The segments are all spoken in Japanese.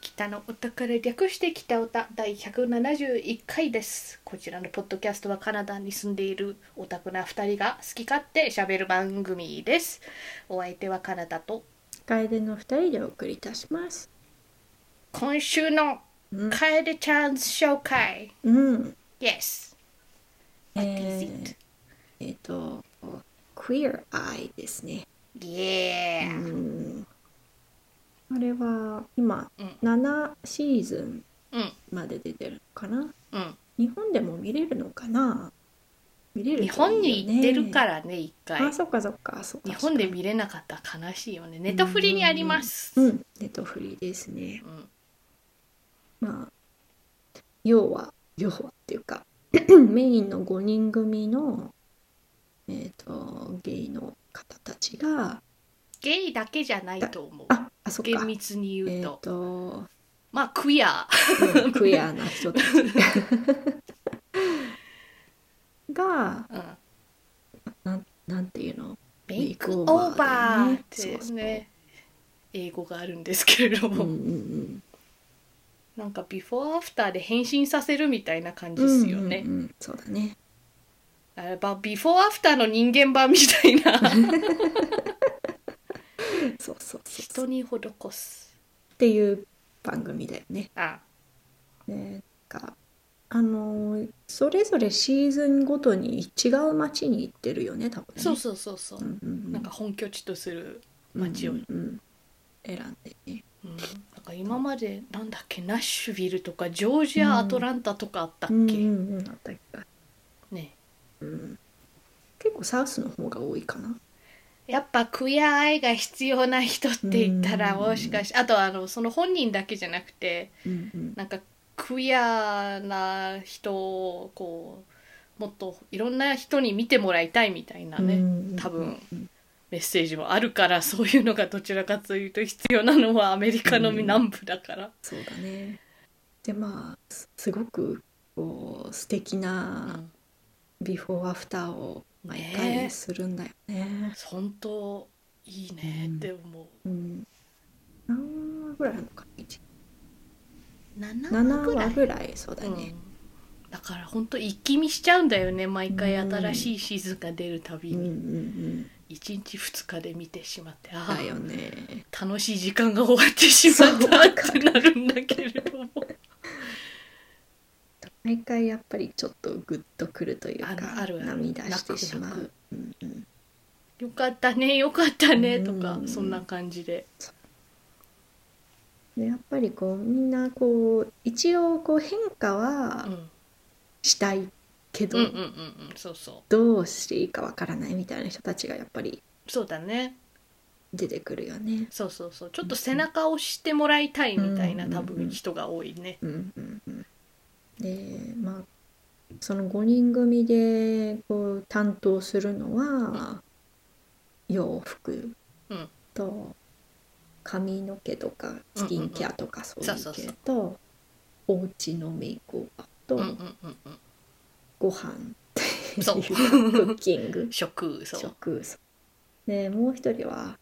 北のお宝略して北おた第171回ですこちらのポッドキャストはカナダに住んでいるオタクな2人が好き勝手しゃべる番組ですお相手はカナダと楓の二人でお送りいたします。今週のうんカエデちゃん紹介、うん。 Yes What is え it? ーえっと、queer eye ですね。う Yeah ん。あれは今うん7シーズンうんまで出てるのかな。うん日本でも見れるのかな。見れる。日本に行ってるかららね一あ、回そっかそっか。そっか日本で見れなかったら悲しいよねネットフリにありますうん。ネットフリーですね。うんまあ、要は、要はっていうか、 メインの5人組の、えっと、ゲイの方たちが、ゲイだけじゃないと思うあ、あ、そっ厳か、密にえ言うっと、と、まあクイアうんクエアな人たち が、うんなん、なんていうの、メメイイククオオーバーバーーっだよねてね英語があるんですけれどうんうも、んうん、なんかビフォーアフターで変身させるみたいな感じですよね、うんうんうん、そうだね。あればビフォーアフターの人間版みたい なそうそうそうそう。人に施すっていう番組だよね。あねなんかあのーそれぞれシーズンごとに違う町に行ってるよね多分ねそうそうそうそう、うんうんうんなんか本拠地とする、町をうんうんうん選んでねうん、なんか今までなんだっけナッシュビルとかジョージア・アトランタとかあったっけ、うんうんうんあったっけねうん結構サウスの方が多いかなやっぱクイア愛が必要な人って言ったらうんもしかしてあとあのその本人だけじゃなくてうんうんなんかクイアな人をこうもっといろんな人に見てもらいたいみたいなね、うん多分うんメッセージもあるからそういうのがどちらかというと必要なのはアメリカのうん南部だから、そうだねでまあすすごくこう素敵うなんビフォーアフターを毎ねえ回するんだよね本当いいねって思うん何話ぐらいあるのかな一う7 7ぐら話い、ぐらいそうだうね、ん、だから本当一気見しちゃうんだよね毎回新しいシーズンが出るたびうん、うんに。うん1日2日で見てしまってああだよね楽しい時間が終わってしまったってなるんだけれども毎回やっぱりちょっとグッとくるというかあのあるある涙してしま泣くう、うんうん、 「よかったねよかったね」とかうんそんな感じででやっぱりこうみんなこう一応こう変化うはんしたいけうど、んうんうんうんそうそどうしていいかわからないみたいな人たちがやっぱりうそうだね出てくるよねそうそうそうちょっと背中を押してもらいたいみたいなうん多分人が多いねうんうんうんでまあその5人組でこう担当するのは洋服うんと髪の毛とかスキンケアとかそうそういそううそ系うとお家のメイクオーバーとうんうんうんうご飯っていそう クッキングん食そう食そうでもう一人は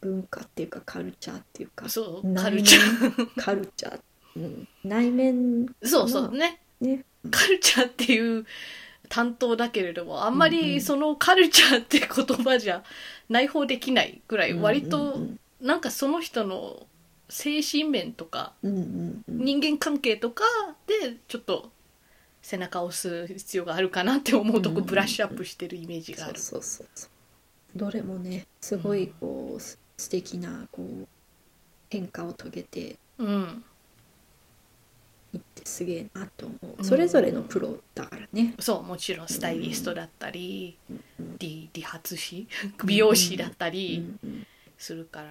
文化っていうかカルチャーっていうかそうカ内ル面チャーカルチャー、うん、内面そうそうねねカルチャーっていう担当だけれどもあんまうんうりんそのカルチャーって言葉じゃ内包できないぐらい割とうんなんかその人の精神面とかうんうんうん人間関係とかでちょっと背中を押す必要があるかなって思うとうんこうんうんブラッシュアップしてるイメージがそあうる。そうそうそうどれもねすごいこう、す素敵なこう変化を遂げてうん、いってすげえなと思う、うんそれぞれのプロだからね、そうもちろんスタイリストだったり、うん理理髪師美容師だったうりんうんするから、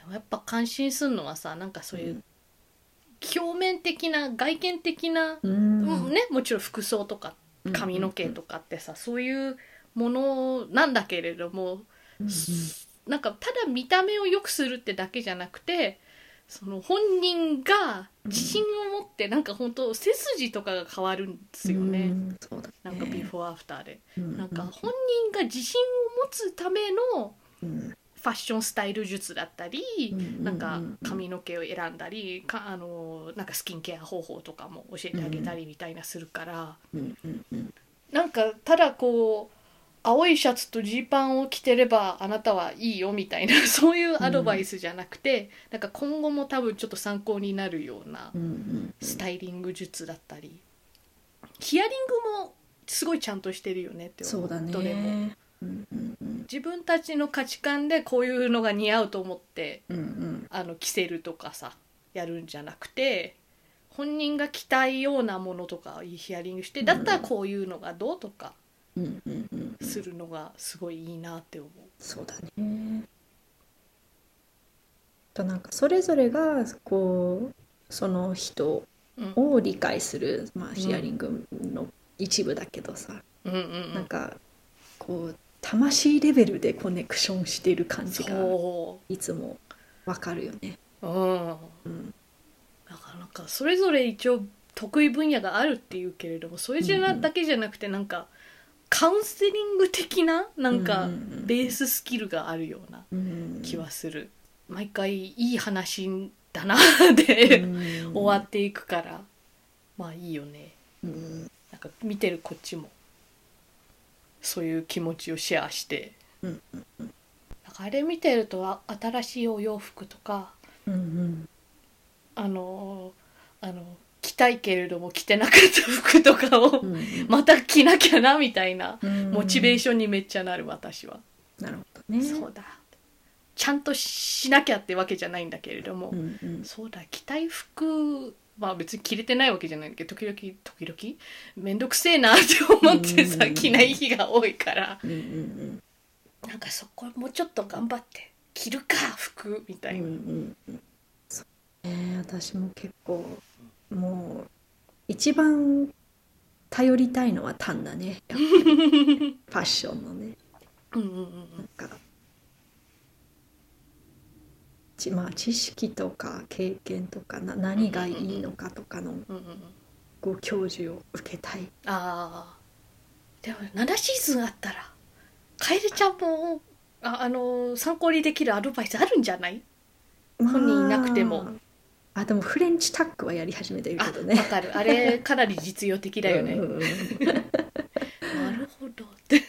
でもやっぱ感心するのはさなんかそういう表面的な外見的な、うんうんね、もちろん服装とか髪の毛とかってさ、そういうものなんだけれどもうんうんなんかただ見た目を良くするってだけじゃなくてその本人が自信を持ってなんか本当背筋とかが変わるんですよね、うんそうだねなんかビフォーアフターで、うんなんか本人が自信を持つためのうんファッションスタイル術だったり、なんか髪髪の毛を選んだりかあのなんかスキンケア方法とかも教えてあげたりみたいなするから、うんうんうんなんかただこう青いシャツとジーパンを着てればあなたはいいよみたいな そういうアドバイスじゃなくて、なんか今後も多分ちょっと参考になるようなうんうんスタイリング術だったり、ヒアリングもすごいちゃんとしてるよねって思そうだねどれも。うんうんうん自分たちの価値観でこういうのが似合うと思ってうんうんあの着せるとかさやるんじゃなくて本人が着たいようなものとかをヒアリングしてだったらこういうのがどうとかうんうんうんするのがすごいいいなって思う。そうだね。となんかそれぞれがこうその人うんを理解する、まあ、ヒアリングの一部だけどさ、うんうんうなんん、かこう魂レベルでコネクションしてる感じがそいつもわかるよね。う、うん、うん、なかなかそれぞれ一応得意分野があるっていうけれどもそれじゃな、うんうんだけじゃなくてなんかカウンセリング的ななんかうんうんうんベーススキルがあるようなうん気はする、毎回いい話だなで、うん終わっていくからまあいいよねうんなんか見てるこっちもそういう気持ちをシェアして、うんなんかあれ見てるとあ新しいお洋服とかうんうんあのーあの着たいけれども着てなかった服とかをうんまた着なきゃなみたいなうんモチベーションにめっちゃなる私は、なるほどね。そうだちゃんとしなきゃってわけじゃないんだけれども、うんうんそうだ着たい服まあ別に着れてないわけじゃないけど時々時々めんどくせえなって思ってうんうんさうん着ない日が多いからうんうんなんかそこもうちょっと頑張って着るか服みたうんいな、うんうんそうね私も結構もう一番頼りたいのは単だ ねやっぱりファッションのねうん、うんうんなんかちまあ知識とか経験とかな何がいいのかとかのうんうんうんうんご教授を受けたいあーでも7シーズンあったら楓ちゃんもああのー参考にできるアドバイスあるんじゃない本人いなくてもまああでもフレンチタックはやり始めてるあけどわねかるあれかなり実用的だよね、うんうんうんなるほどって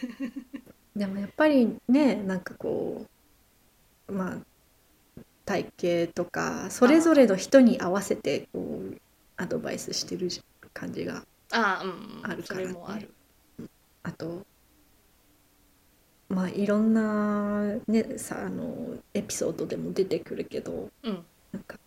でもやっぱりねなんかこうまあ体型とかそれぞれの人に合わせてこうアドバイスしてる感じがああうんあるからねそれもあるあとまあいろんなねさあのエピソードでも出てくるけどうんなんか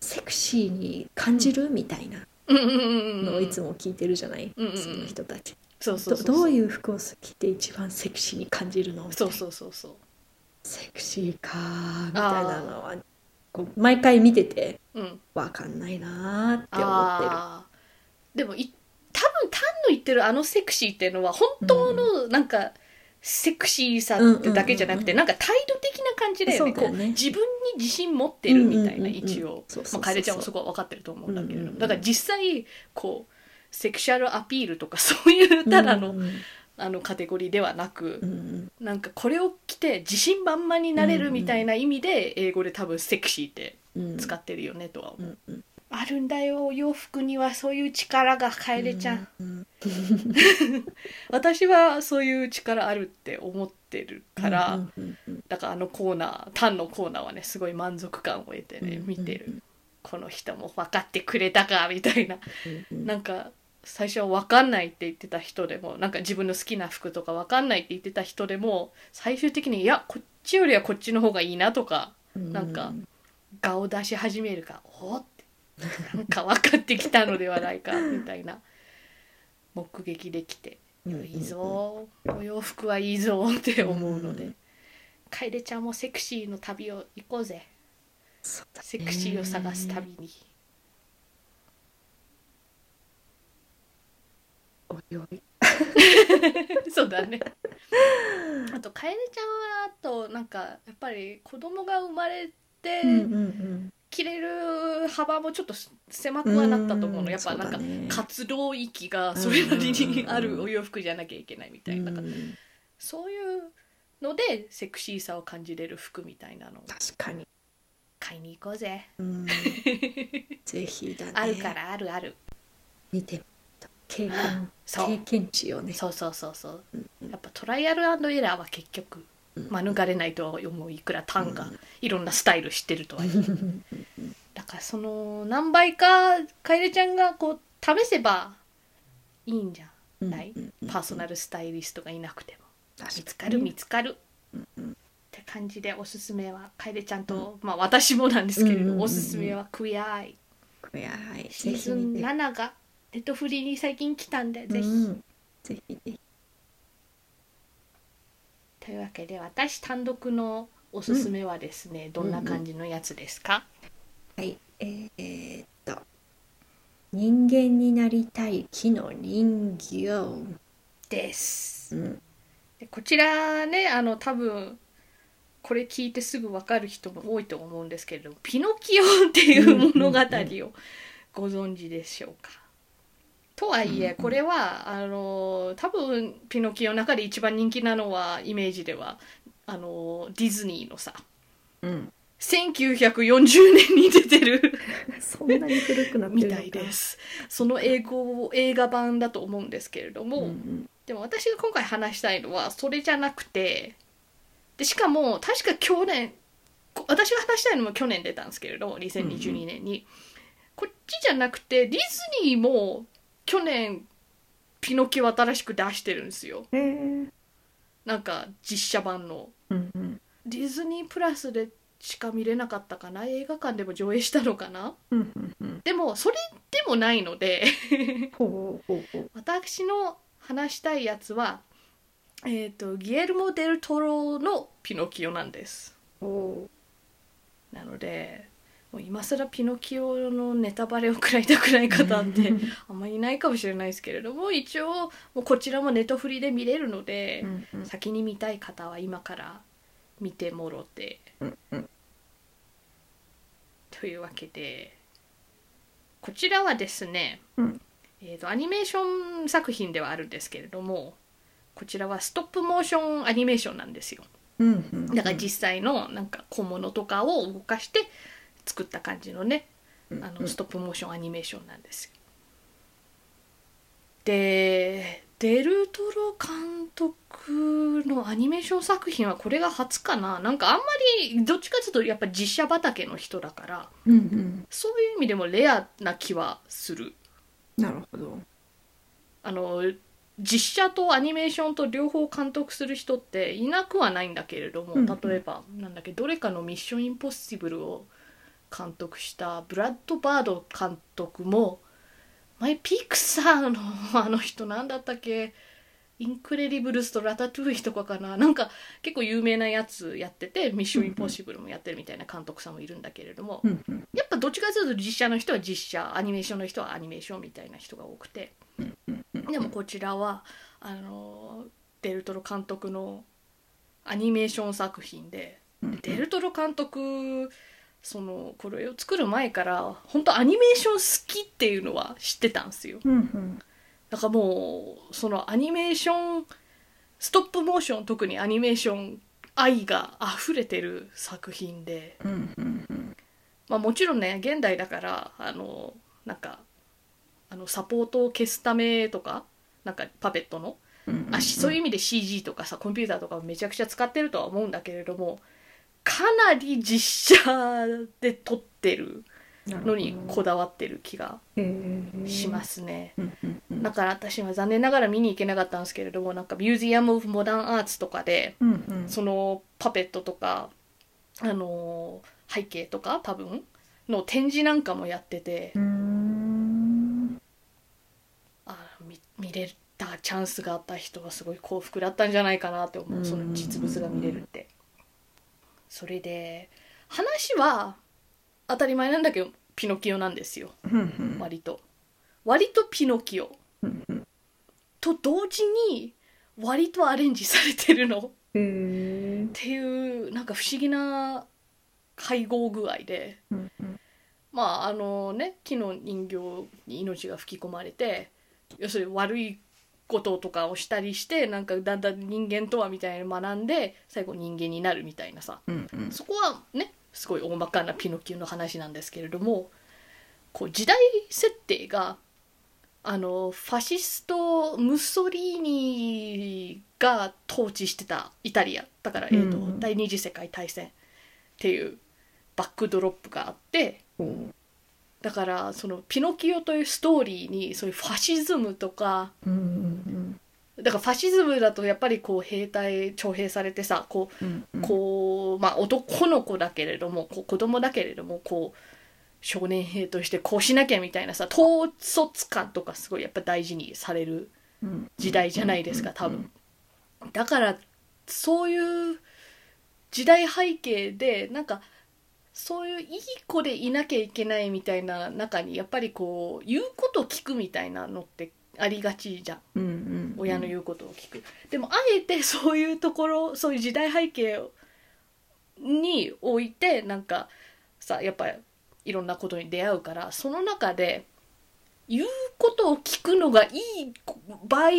セクシーに感じるみたいなうんうんうんのうをんいつも聞いてるじゃないうんうんうんその人たちそうそうそうどそうどういう服を着て一番セクシーに感じるのみたいそうなそうそうそうセクシーかーみたいなのはこう毎回見ててうんってわかんないなーって思でもい多分タンの言ってるあのセクシーっていうのは本当のなんかセクシーさってだけじゃなくてうなんか態度的な感じだよねそうだよねこう自分に自信持ってるみたいうんうんうんうなん一応そうそうそうそまうあ楓ちゃんもそこは分かってると思うんだけれうんどうんうもんだから実際こうセクシャルアピールとかそういうただうのんうんあのカテゴリーではなくうんうんなんかこれを着て自信満々になれるみたいな意味で英語で多分セクシーってうん使ってるよねとは思う、うんうんあるんだよお洋服にはそういう力が楓ちゃん、うん私はそういう力あるって思ってるから、うんうんうんだからあのコーナー単のコーナーはねすごい満足感を得てねうん見てる、この人も分かってくれたかみた いなうんうんなんか最初は分かんないって言ってた人でもなんか自分の好きな服とか分かんないって言ってた人でも最終的にいやこっちよりはこっちの方がいいなとかうんなんか我を出し始めるからおーってなんか分かってきたのではないかみたいな目撃できてうんうんいいぞーお洋服はいいぞーって思うのうでん楓ちゃんもセクシーの旅を行こうぜそうだねセクシーを探す旅においおい そうだね。あと楓ちゃんはあとなんかやっぱり子供が生まれてうんうんうん着れる幅もちょっと狭くはなったと思ううんの。やっぱなんかそうだね活動域がそれなりうんうんにうんあるお洋服じゃなきゃいけないみたいな。うんそういうのでセクシーさを感じれる服みたいなのを確かに。買いに行こう ぜうんぜひだね。あるからあるある見てみた経験そう経験値をね。そうそうそうそううんうんやっぱトライアルエラーは結局うん免れないとは思ういくらタンうがんいろんなスタイル知ってるとはいえ だからその何倍かカエルちゃんがこう試せばいいんじゃんないうんうんうんパーソナルスタイリストがいなくても確見つかる見つかるって感じでおすすめはカエルちゃんと、まあ私もなんですけれど、うんうんうんうんおすすめはクイアアイかに。はい。シぜーひズン見て。 7がネットフリに最近来たんでぜひ、うんぜひぜひ。というわけで私単独のおすすめはですね、どんな感じのやつですか、はい。えーえーっと人間になりたい木の人形。ですうん。でこちらねあの多分これ聞いてすぐ分かる人も多いと思うんですけれども「ピノキオ」っていう物語をご存知でしょうか。とはいうんうえんこれはあの多分「ピノキオ」の中で一番人気なのはイメージではあのディズニーのさうん。 1940年に出てるそんなに古くなってみるのたか。いです。その英語を映画版だと思うんですけれども、うんうん。でも私が今回話したいのはそれじゃなくてでしかも確か去年こ私が話したいのも去年出たんですけれど2022年に、こっちじゃなくてディズニーも去年ピノキオ新しく出してるんですよえーなんか実写版のうんうんディズニープラスでしか見れなかったかな映画館でも上映したのかなうんうんうん。でもそれでもないのでほうほうほう。私の話したいやつは、えー、とギエルモ・デル・トロの「ピノキオ」なんですほなのでもう今更ピノキオのネタバレを食らいたくないう方 ってうんあんまりいないかもしれないですけれども一応もうこちらもネトフリで見れるのでう、んうん先に見たい方は今から見てもろてうんうんというわけでこちらはですね、うんえー、とアニメーション作品ではあるんですけれどもこちらはストップモーションアニメーションなんですようんうん。だから実際のなんか小物とかを動かして作った感じのねうんあうのんストップモーションアニメーションなんですよでデルトロ監督のアニメーション作品はこれが初かななんかあんまりどっちかというとやっぱ実写畑の人だからうんうん。そういう意味でもレアな気はするなるほど。あの実写とアニメーションと両方監督する人っていなくはないんだけれども、うん例えばなんだっけどれかの「ミッション・インポッシブル」を監督したブラッド・バード監督も前ピクサーのあの人なんだったっけインクレディブルスとラタトゥイユとかかななんか結構有名なやつやってて「ミッション・インポッシブル」もやってるみたいな監督さんもいるんだけれども、うんうんやっぱどっちかというと実写の人は実写アニメーションの人はアニメーションみたいな人が多くてうんうん。でもこちらはあのデルトロ監督のアニメーション作品でうんデルトロ監督そのこれを作る前から本当アニメーション好きっていうのは知ってたんですようんうん。だからもうそのアニメーションストップモーション特にアニメーション愛が溢れてる作品で。うんうんうん。まあ、もちろんね現代だからあのなんかあのサポートを消すためとかなんかパペットのうんうん。あしそういう意味で CG とかさコンピューターとかをめちゃくちゃ使ってるとは思うんだけれどもかなり実写で撮ってるのにこだわってる気がしますすね。うんうんうん。だから私は残念ながら見に行けなかったんですけれどもなんかミュージアム・オブ・モダン・アーツとかでうんうん。そのパペットとか、あのー背景とか多分の展示なんかもやってて、うん。あ見見れたチャンスがあった人はすごい幸福だったんじゃないかなって思ううんその実物が見れるって。それで話は当たり前なんだけどピノキオなんですようんうん。割と。割とピノキオうんうん。と同時に割とアレンジされてるの。へえっ。ていうなんか不思議な配合具合でうんうん。まああのね木の人形に命が吹き込まれて要するに悪いこととかをしたりしてなんかだんだん人間とはみたいなの学んで最後人間になるみたいなさうんうんそこはねすごい大まかなピノキオの話なんですけれどもこう時代設定があのファシストムッソリーニが統治してたイタリアだから、えーとうんうん第二次世界大戦っていうバックドロップがあって。こだからそのピノキオというストーリーにそういうファシズムとかううんうんだからファシズムだとやっぱりこう兵隊徴兵されてさこうんうんううんこうまあ男の子だけれどもこう子供だけれどもこう少年兵としてこうしなきゃみたいなさ統率感とかすごいやっぱ大事にされるうん時代じゃないですかうん多分だからそういう時代背景でなんかそういういい子でいなきゃいけないみたいな中にやっぱりこう言うこと聞くみたいなのってありがちじゃんうんうん親の言うことを聞く。でもあえて そういうところそういう時代背景をにおいてなんかさやっぱいろんなことに出会うからその中で言うことを聞くのがいい場合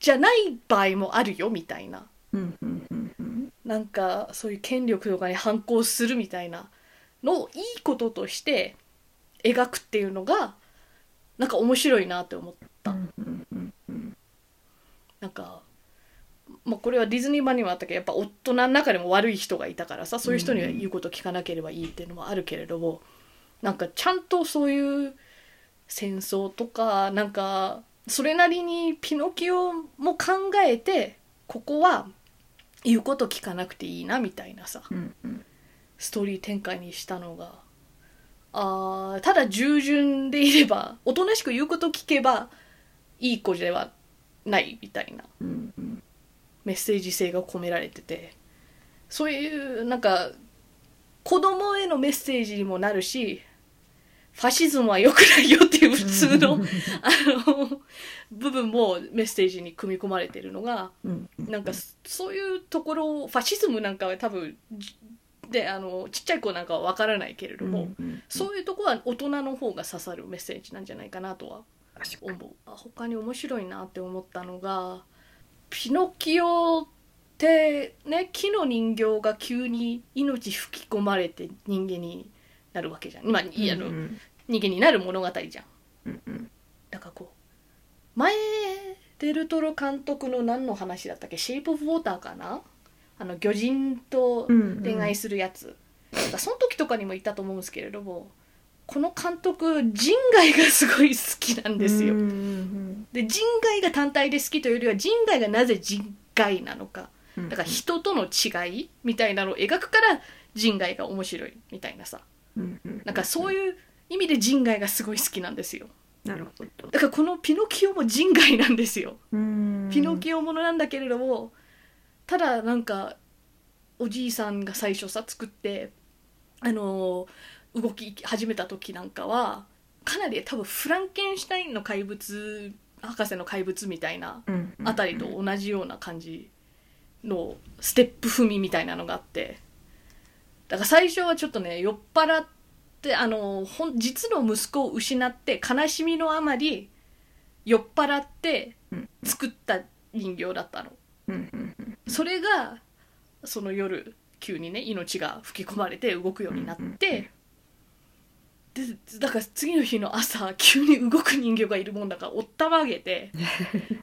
じゃない場合もあるよみたいなうんうんうんうんなんかそういう権力とかに反抗するみたいなのをいいこととして描くっていうのがなんか面白いなって思った。うんうんうんなんか、まあ、これはディズニー版にもあったけどやっぱ大人の中でも悪い人がいたからさそういう人には言うこと聞かなければいいっていうのもあるけれどもなんかちゃんとそういう戦争とかなんかそれなりにピノキオも考えてここは言うこと聞かなくていいなみたいなさうんうんストーリー展開にしたのがあーただ従順でいればおとなしく言うこと聞けばいい子ではないみたいなうんうんメッセージ性が込められててそういうなんか子供へのメッセージにもなるしファシズムは良くないよっていう普通の、あの部分もメッセージに組み込まれてるのがうんうんなんかそういうところをファシズムなんかは多分じであのちっちゃい子なんかは分からないけれども、うんうんそういうとこは大人の方が刺さるメッセージなんじゃないかなとは確か思うあ他に面白いなって思ったのがピノキオってね木の人形が急に命吹き込まれて人間になるわけじゃん、まあいにやあうのん人間になる物語じゃんうんうんだからこう前デルトロ監督の何の話だったっけ「シェイプ・オブ・ウォーター」かなあの魚人とうん恋愛するやつ、なんかその時とかにも言ったと思うんですけれどもこの監督人外がすごい好きなんですようんうんで人外が単体で好きというよりは人外がなぜ人外なのかうんだから人との違いみたいなのを描くから人外が面白いみたいなさうんうんなんかそういう意味で人外がすごい好きなんですよなるほどだからこのピノキオも人外なんですようんピノキオものなんだけれどもただなんかおじいさんが最初さ作ってあのー動き始めた時なんかはかなり多分フランケンシュタインの怪物博士の怪物みたいなうんあたりと同じような感じのステップ踏みみたいなのがあってだから最初はちょっとね酔っ払ってあのほん実の息子を失って悲しみのあまり酔っ払ってうん作った人形だったのうんうんうんそれがその夜急にね命が吹き込まれて動くようになってでだから次の日の朝急に動く人形がいるもんだからおったまげ て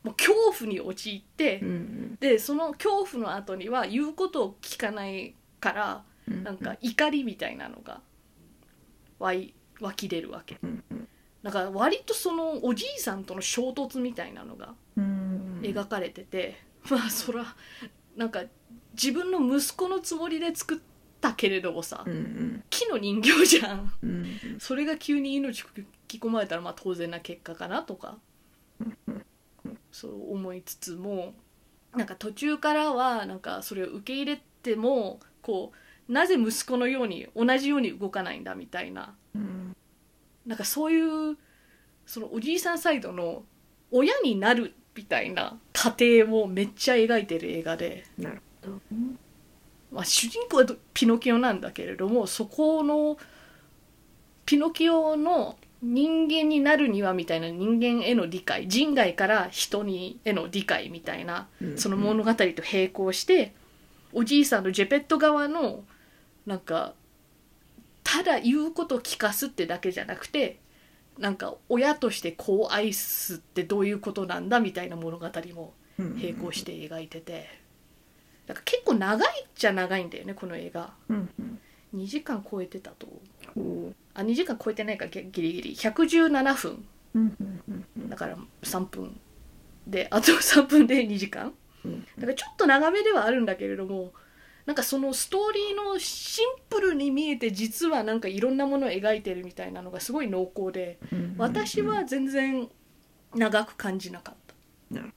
もう恐怖に陥ってうんうんでその恐怖の後には言うことを聞かないからうんなんか怒りみたいなのが湧い湧き出るわけうんうんだから割とそのおじいさんとの衝突みたいなのがうん描かれてて、 まあそらなんか自分の息子のつもりで作ったけれどもさ、うんうん木の人形じゃん うんそれが急に命吹き込まれたらまあ当然な結果かなとかそう思いつつもなんか途中からはなんかそれを受け入れてもこうなぜ息子のように同じように動かないんだみたいなうんなんかそういうそのおじいさんサイドの親になるみたいな過程をめっちゃ描いてる映画で、なるほどまあ、主人公はピノキオなんだけれどもそこのピノキオの人間になるにはみたいな人間への理解人外から人にへの理解みたいなうんその物語と並行して、おじいさんのジェペット側のなんかただ言うことを聞かすってだけじゃなくてなんか親としてこう愛すってどういうことなんだみたいな物語も並行して描いててだから結構長いっちゃ長いんだよねこの映画うんうん2時間超えてたと思うこあ2時間超えてないかギギリギリ117分ううんうんうんうんだから3分であと3分で2時間うんだからちょっと長めではあるんだけれどもなんかそのストーリーのシンプルに見えて実はなんかいろんなものを描いてるみたいなのがすごい濃厚でうん私は全然長く感じなかったなる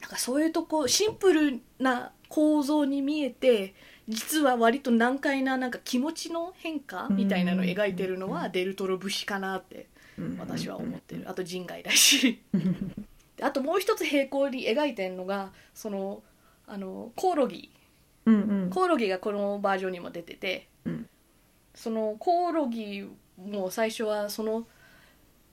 なんかそういうとこシンプルな構造に見えて実は割と難解ななんか気持ちの変化みたいなのを描いてるのはデルトロ節かなって私は思ってるあと人外だしであともう一つ並行に描いてるのがそのあのコオロギうんうんコオロギがこのバージョンにも出てて、うんそのコオロギも最初はその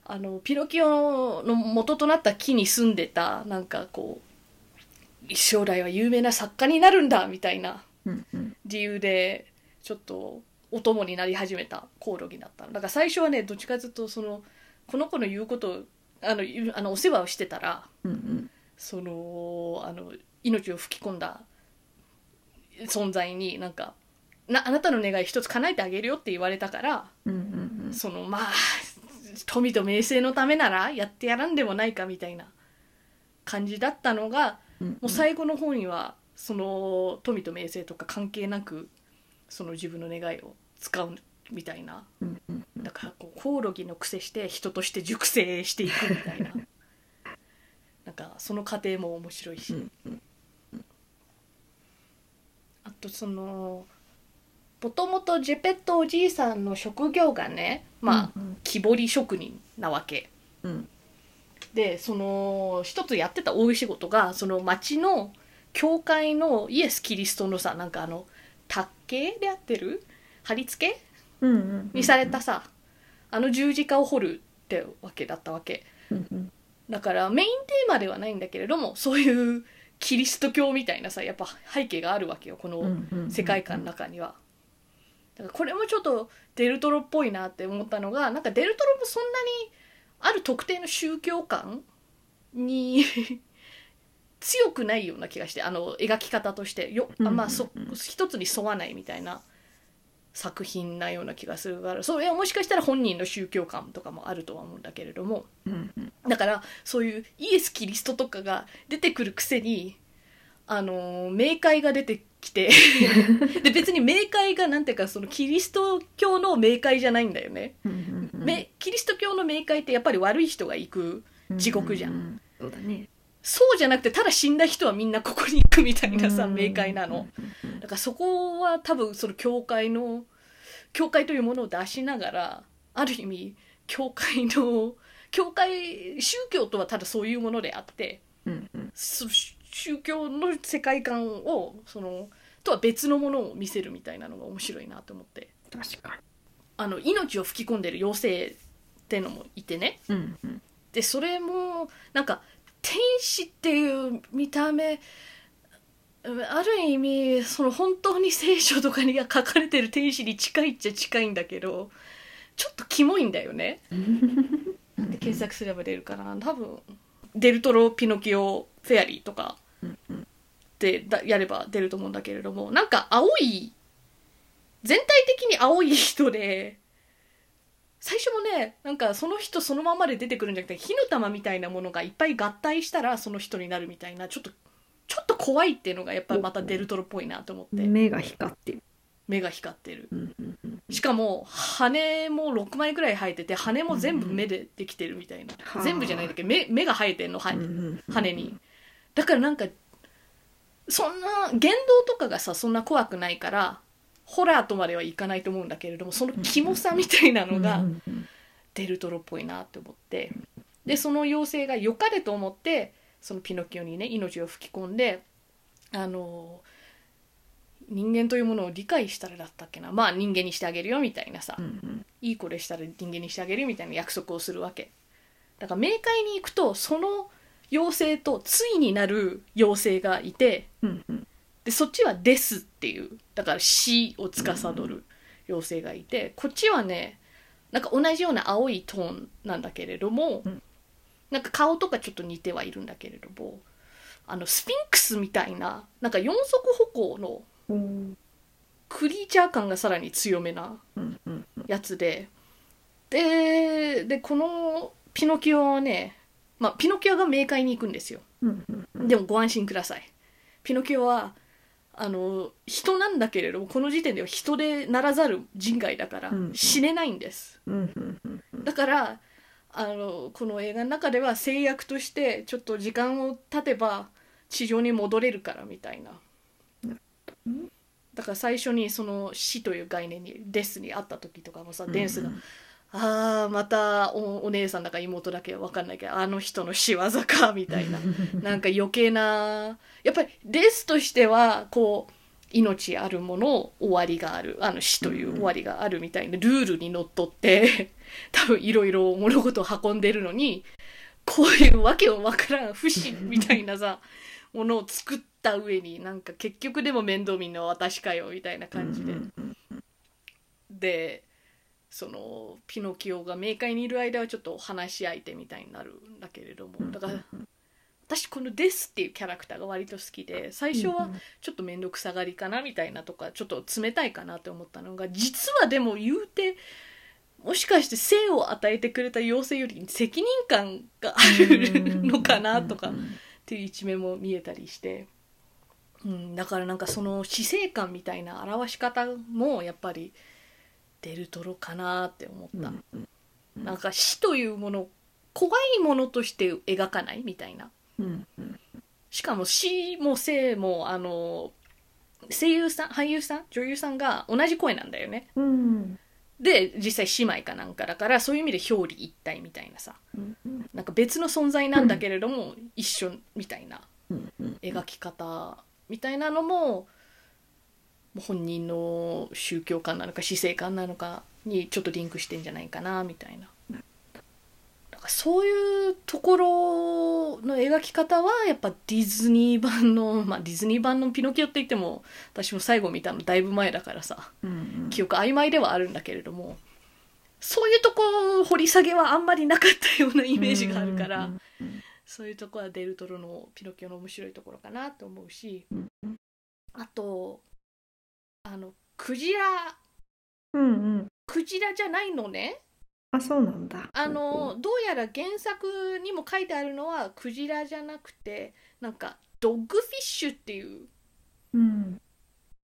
あのピノキオの元となった木に住んでたなんかこう将来は有名な作家になるんだみたいなうんうん理由でちょっとお供になり始めたコオロギだったのだから最初はねどっちかというとそのこの子の言うことをあのゆあのお世話をしてたらうんうんそのあの命を吹き込んだ存在になんかなあなたの願い一つ叶えてあげるよって言われたから、うんうんそのまあ富と名声のためならやってやらんでもないかみたいな感じだったのがうんもう最後の方にはその富と名声とか関係なくその自分の願いを使うみたいなうんうんだからこうコオロギの癖して人として熟成していくみたい ななんかその過程も面白いし、うんあとそのもともとジェペットおじいさんの職業がねまあ、うん木彫り職人なわけうんでその一つやってた大仕事がその町の教会のイエス・キリストのさなんかあの卓形であってる貼り付けうんうんにされたさ、あの十字架を彫るってわけだったわけうんうんだからメインテーマではないんだけれどもそういうキリスト教みたいなさやっぱ背景があるわけよこうんのうんうん世界観の中には。だからこれもちょっとデルトロっぽいなって思ったのがなんかデルトロもそんなにある特定の宗教観に 強くないような気がしてあの描き方としてよ、あまあ、そうんうんうん一つに沿わないみたいな作品なような気がするからそれはもしかしたら本人の宗教観とかもあるとは思うんだけれども。うんうんだからそういうイエス・キリストとかが出てくるくせにあのー冥界が出てき てで別に冥界がなんていうかそのキリスト教の冥界じゃないんだよね、うんうんめキリスト教の冥界ってやっぱり悪い人が行く地獄じゃんうううそうだねそうじゃなくてただ死んだ人はみんなここに行くみたいなさうん冥界なのだからそこは多分その教会の教会というものを出しながらある意味教会の教会宗教とはただそういうものであってうんうんそ宗教の世界観をそのとは別のものを見せるみたいなのが面白いなと思って確かあの命を吹き込んでる妖精ってのもいてねにうんうんでそれもなんか天使っていう見た目うんある意味その本当に聖書とかに書かれてる天使に近いっちゃ近いんだけどちょっとキモいんだよねで検索すれば出るかな多分「デルトロ・ピノキオ・フェアリー」とかうんうんでだやれば出ると思うんだけれどもなんか青い全体的に青い人で最初もねなんかその人そのままで出てくるんじゃなくて火の玉みたいなものがいっぱい合体したらその人になるみたいなちょっとちょっと怖いっていうのがやっぱりまたデルトロっぽいなと思って目が光ってる目が光ってるうんうんうんしかも羽も6枚くらい生えてて羽も全部目でできてるみたいなはあ全部じゃないんだけど目目が生えてんの羽うんうん羽にだからなんかそんな言動とかがさそんな怖くないからホラーとまではいかないと思うんだけれどもそのキモさみたいなのうがんうんデルトロっぽいなって思ってでその妖精が良かれと思ってそのピノキオにね命を吹き込んであの人間というものを理解したらだったっけなまあ人間にしてあげるよみたいなさうんうん言いい子でしたら人間にしてあげるみたいな約束をするわけだから冥界に行くとその妖精とついになる妖精がいてうんうんでそっちは「です」っていうだから「死」を司る妖精がいて、こっちはねなんか同じような青いトーンなんだけれども、うんなんか顔とかちょっと似てはいるんだけれどもあのスフィンクスみたいななんか四足歩行のおークリーチャー感がさらに強めなうんうんうんやつでででこのピノキオはね、まあ、ピノキオが冥界に行くんですようんうんうんでもご安心くださいピノキオはあの人なんだけれどもこの時点では人でならざる人外だからうん死ねないんです、うんうんうんうんだからあのこの映画の中では制約としてちょっと時間を経てば地上に戻れるからみたいななるほどねだから最初にその死という概念にデスにあった時とかもさデンスがうんあーまたおお姉さんだか妹だけわかんないけどあの人の仕業かみたい ななんか余計なやっぱりレスとしてはこう命あるもの終わりがあるあの死という終わりがあるみたいなルールにのっとって 多分いろいろ物事を運んでるのにこういうわけをわからん不死みたいなさものを作った上になんか結局でも面倒見んのは私かよみたいな感じでう。んうんでそのピノキオが冥界にいる間はちょっと話し相手みたいになるんだけれどもうんだから私この「です」っていうキャラクターが割と好きで最初うはんうんちょっと面倒くさがりかなみたいなとかちょっと冷たいかなって思ったのが実はでも言うてもしかして生を与えてくれた妖精より責任感があるのかなとかうんうんうんっていう一面も見えたりして、うん、だからなんかその死生観みたいな表し方もやっぱりデルトロかなって思った、うんなんか死というもの怖いものとして描かないみたいなうんうんしかも死も生もあの声優さん俳優さん女優さんが同じ声なんだよねうんで実際姉妹かなんかだからそういう意味で表裏一体みたいなさうんうんなんか別の存在なんだけれども一緒みたいなうんうん描き方みたいなのも本人の宗教観なのか死生観なのかにちょっとリンクしてんじゃないかなみたいな。だからそういうところの描き方はやっぱディズニー版の、まあ、ディズニー版の「ピノキオ」って言っても私も最後見たのだいぶ前だからさうん記憶曖昧ではあるんだけれどもそういうとこ掘り下げはあんまりなかったようなイメージがあるから。うんうんそういうとこはデルトロのピノキオの面白いところかなと思うしうんうんあとあのクジラうんうんクジラじゃないのねあそうなんだあのどうやら原作にも書いてあるのはクジラじゃなくてなんかドッグフィッシュっていううん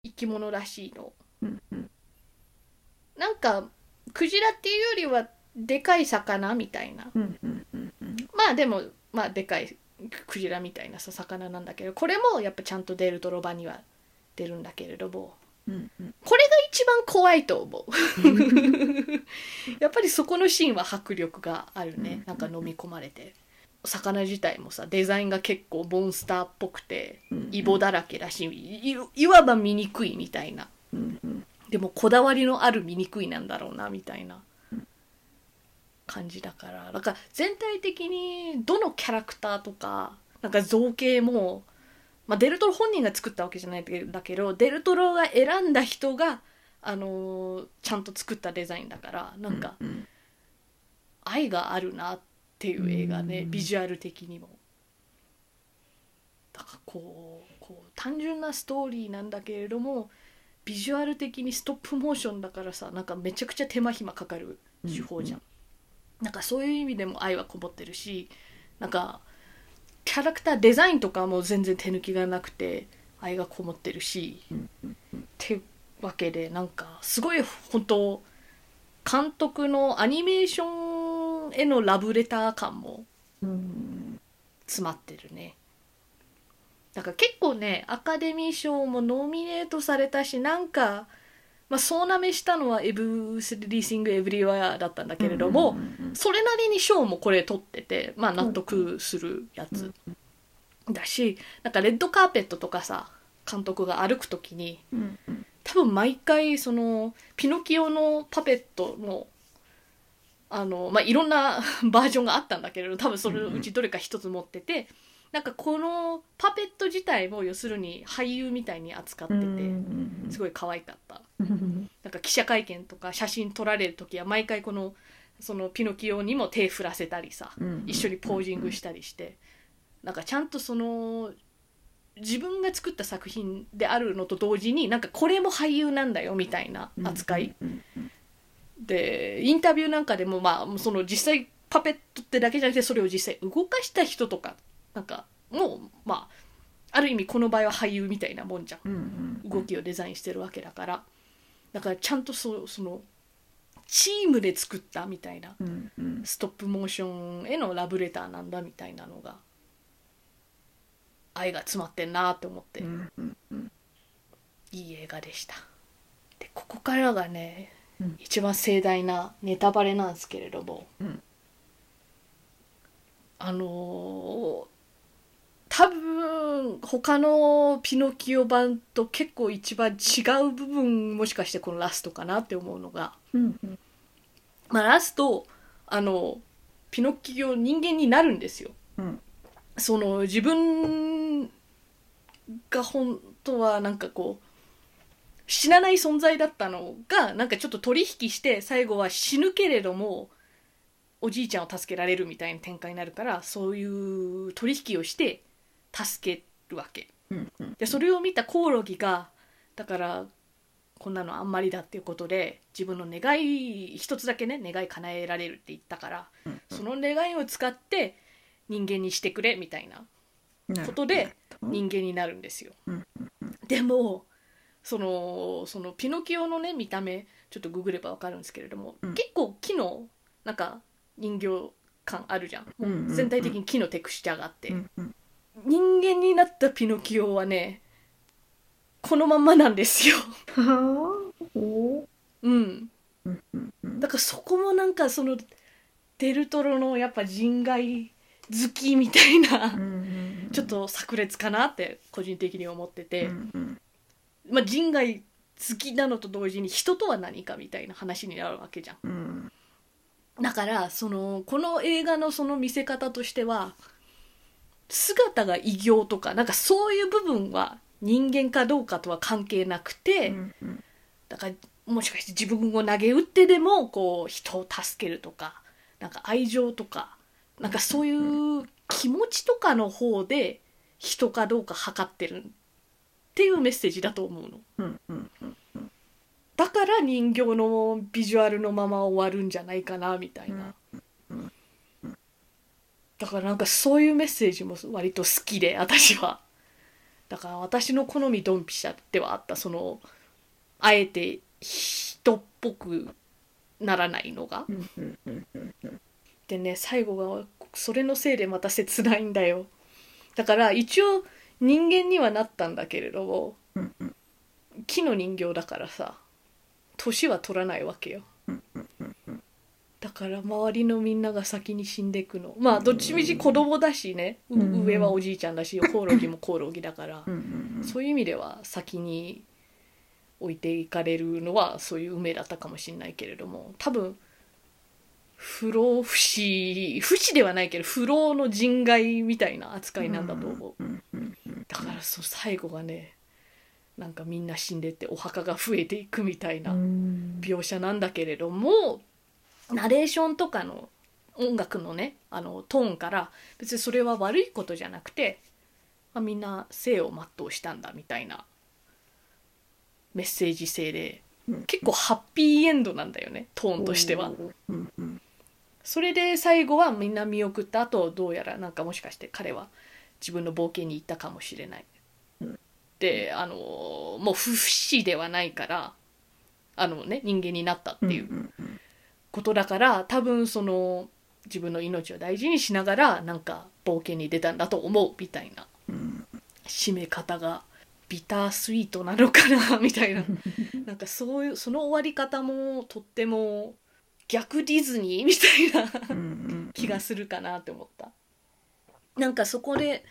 生き物らしいのうんうんなんかクジラっていうよりはでかい魚みたいなうんうんうんうんまあでもまあでかいクジラみたいなさ魚なんだけどこれもやっぱちゃんとデルトロ版には出るんだけれどもうんうんこれが一番怖いと思うやっぱりそこのシーンは迫力があるねなんか飲み込まれて魚自体もさデザインが結構モンスターっぽくてうんイボだらけだしいいいわば醜いみたいなうんうんでもこだわりのある醜いなんだろうなみたいな感じだからなんか全体的にどのキャラクターとかなんか造形も、まあ、デルトロ本人が作ったわけじゃないんだけどデルトロが選んだ人が、あのーちゃんと作ったデザインだからなんかうん愛があるなっていう映画ね、うんビジュアル的にも。だからこうこう単純なストーリーなんだけれどもビジュアル的にストップモーションだからさなんかめちゃくちゃ手間暇かかる手法じゃん。なんかそういう意味でも愛はこもってるしなんかキャラクターデザインとかも全然手抜きがなくて愛がこもってるし、うんってわけでなんかすごい本当監督のアニメーションへのラブレター感もうん詰まってるねだから結構ねアカデミー賞もノミネートされたしなんか、まあ、総なめしたのは「エブリシング・エブリワー」だったんだけれども、うんそれなりに賞もこれ取ってて、まあ、納得するやつだしなんかレッドカーペットとかさ監督が歩く時にうんうん多分毎回そのピノキオのパペットのあの、まあ、いろんな バージョンがあったんだけれど多分それのうちどれか一つ持ってて、なんかこのパペット自体も要するに俳優みたいに扱ってうて、んすごい可愛かった。うんなんか記者会見とか写真撮られる時は毎回このそのピノキオにも手振らせたりさうん一緒にポージングしたりしてなんかちゃんとその自分が作った作品であるのと同時になんかこれも俳優なんだよみたいな扱い、うんでインタビューなんかでもまあその実際パペットってだけじゃなくてそれを実際動かした人とかなんかもうまあある意味この場合は俳優みたいなもんじゃん。うんうん動きをデザインしてるわけだからだからちゃんとそうそのチームで作ったみたいなうんうんストップモーションへのラブレターなんだみたいなのが愛が詰まってんなと思って、うんうんいい映画でしたでここからがね、うん一番盛大なネタバレなんですけれども、うんあのー多分他のピノキオ版と結構一番違う部分もしかしてこのラストかなって思うのが、うんうんまあ、ラストあのピノキオ人間になるんですようんその自分が本当はなんかこう死なない存在だったのがなんかちょっと取引して最後は死ぬけれどもおじいちゃんを助けられるみたいな展開になるからそういう取引をして助けるわけうんうんでそれを見たコオロギがだからこんなのあんまりだっていうことで自分の願い一つだけね願い叶えられるって言ったからうんその願いを使って人間にしてくれみたいななるこほとどでね人間になるんですようん。でもそのそのピノキオのね見た目ちょっとググればわかるんですけれども、うん結構木のなんか人形感あるじゃん、うんうんうん全体的に木のテクスチャーがあって、うんうん人間になったピノキオはねこのまんまなんですよ、 はあおーうん、うんうんうんだからそこもなんかそのデルトロのやっぱ人外好きみたいな、うんうんうんちょっと炸裂かなって個人的に思ってて。うんうんまあ、人外好きなのと同時に人とは何かみたいな話になるわけじゃんうんだからそのこの映画のその見せ方としては姿が異形とかなんかそういう部分は人間かどうかとは関係なくて、うんうんだからもしかして自分を投げ打ってでもこう人を助けるとかなんか愛情とかなんかそういう気持ちとかの方で人かどうか測ってるっていうメッセージだと思うの。うんうんだから人形のビジュアルのまま終わるんじゃないかなみたいな、だからなんかそういうメッセージも割と好きで私はだから私の好みドンピシャではあったそのあえて人っぽくならないのがうんうんうんでね最後がそれのせいでまた切ないんだよだから一応人間にはなったんだけれどもうんうん木の人形だからさ年は取らないわけよだから周りのみんなが先に死んでいくのまあどっちみち子供だしね、ううん上はおじいちゃんだしコオロギもコオロギだから、うんうんそういう意味では先に置いていかれるのはそういう運命だったかもしれないけれども多分不老不死不死ではないけど不老の人外みたいな扱いなんだと思う、うんうんだからそう最後がねなんかみんな死んでってお墓が増えていくみたいなうん描写なんだけれどもナレーションとかの音楽のねあのトーンから別にそれは悪いことじゃなくて、まあ、みんな生を全うしたんだみたいなメッセージ性でうん結構ハッピーエンドなんだよねトーンとしては。うんうんそれで最後はみんな見送った後どうやらなんかもしかして彼は自分の冒険に行ったかもしれない。うんであのもう不死ではないからあのね人間になったっていううんうんことだから多分その自分の命を大事にしながらなんか冒険に出たんだと思うみたいなうん締め方がビタースイートなのかなみたい ななんかそういうその終わり方もとっても逆ディズニーみたいな。うんうん気がするかなって思った、なんかそこで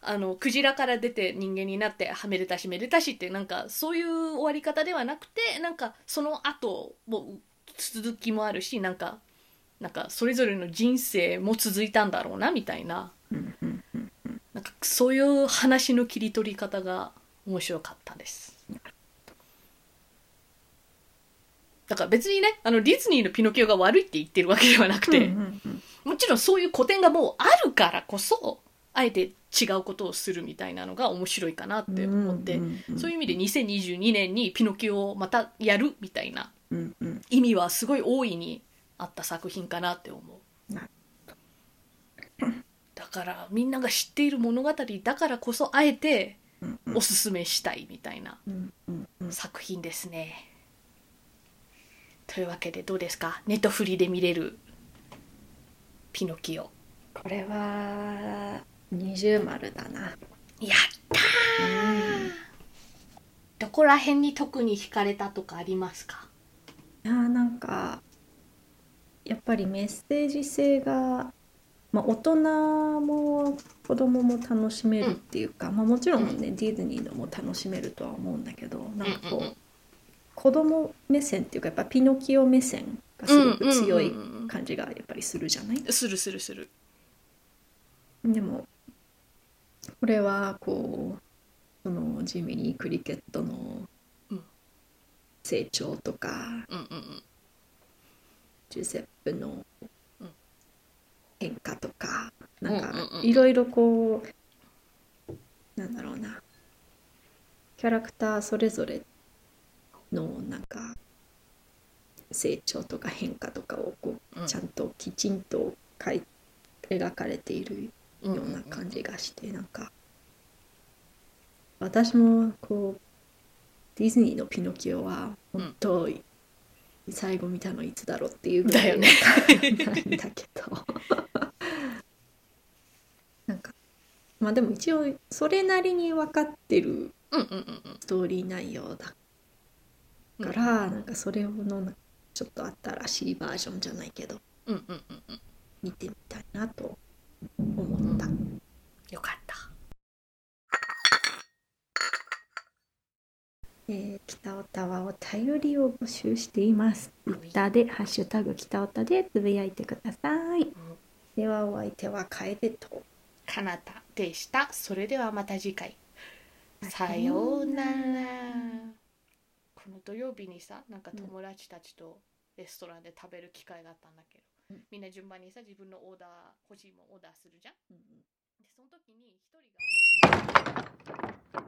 あのクジラから出て人間になってはめでたしめでたしってなんかそういう終わり方ではなくてなんかその後もう続きもあるしなんかなんかそれぞれの人生も続いたんだろうなみたいなうんうんうんうんなんかそういう話の切り取り方が面白かったです。だから別にねあのディズニーのピノキオが悪いって言ってるわけではなくて、うんうんうんもちろんそういう古典がもうあるからこそあえて違うことをするみたいなのが面白いかなって思って、うんうんうんそういう意味で2022年にピノキオをまたやるみたいなうんうん意味はすごい大いにあった作品かなって思うなる。だからみんなが知っている物語だからこそあえてうんうんおすすめしたいみたいなうんうんうん作品ですね。というわけでどうですかネットフリで見れるピノキオ。これは二重丸だな。やったーどこら辺に特に惹かれたとかありますかいやーなんかやっぱりメッセージ性が、まあ、大人も子供も楽しめるっていうか、まあ、もちろんね、ディズニーのも楽しめるとは思うんだけどなんかこうう、んうんうん子供目線っていうかやっぱピノキオ目線がすごく強い感じがやっぱりするじゃない、するするする。でもこれはこうそのジミニー・クリケットのうん成長とか、うんうんうん。ジュゼップのうん変化とか、なんかうんうんうんいろいろこうなんだろうなキャラクターそれぞれのなんか成長とか変化とかをこううんちゃんときちんと描い描かれているうんような感じがしてなんか私もこうディズニーの「ピノキオ」は本当、最後見たのいつだろうっていうぐらだよいねなんだけ どなんかまあでも一応それなりに分かってるうんうんうんうんストーリー内容だうんから、なんかそれのちょっと新しいバージョンじゃないけどうんうんうんうん見てみたいなと思った。よかったえー、北オタはお便りを募集しています。ツイッターで、ハッシュタグ北オタでつぶやいてください。では、お相手は楓と。かなたでしたそれではまた次回さようならこの土曜日にさなんか友達たちとレストランで食べる機会があったんだけど、うんみんな順番にさ自分のオーダー欲しいもんオーダーするじゃんでその時に一人が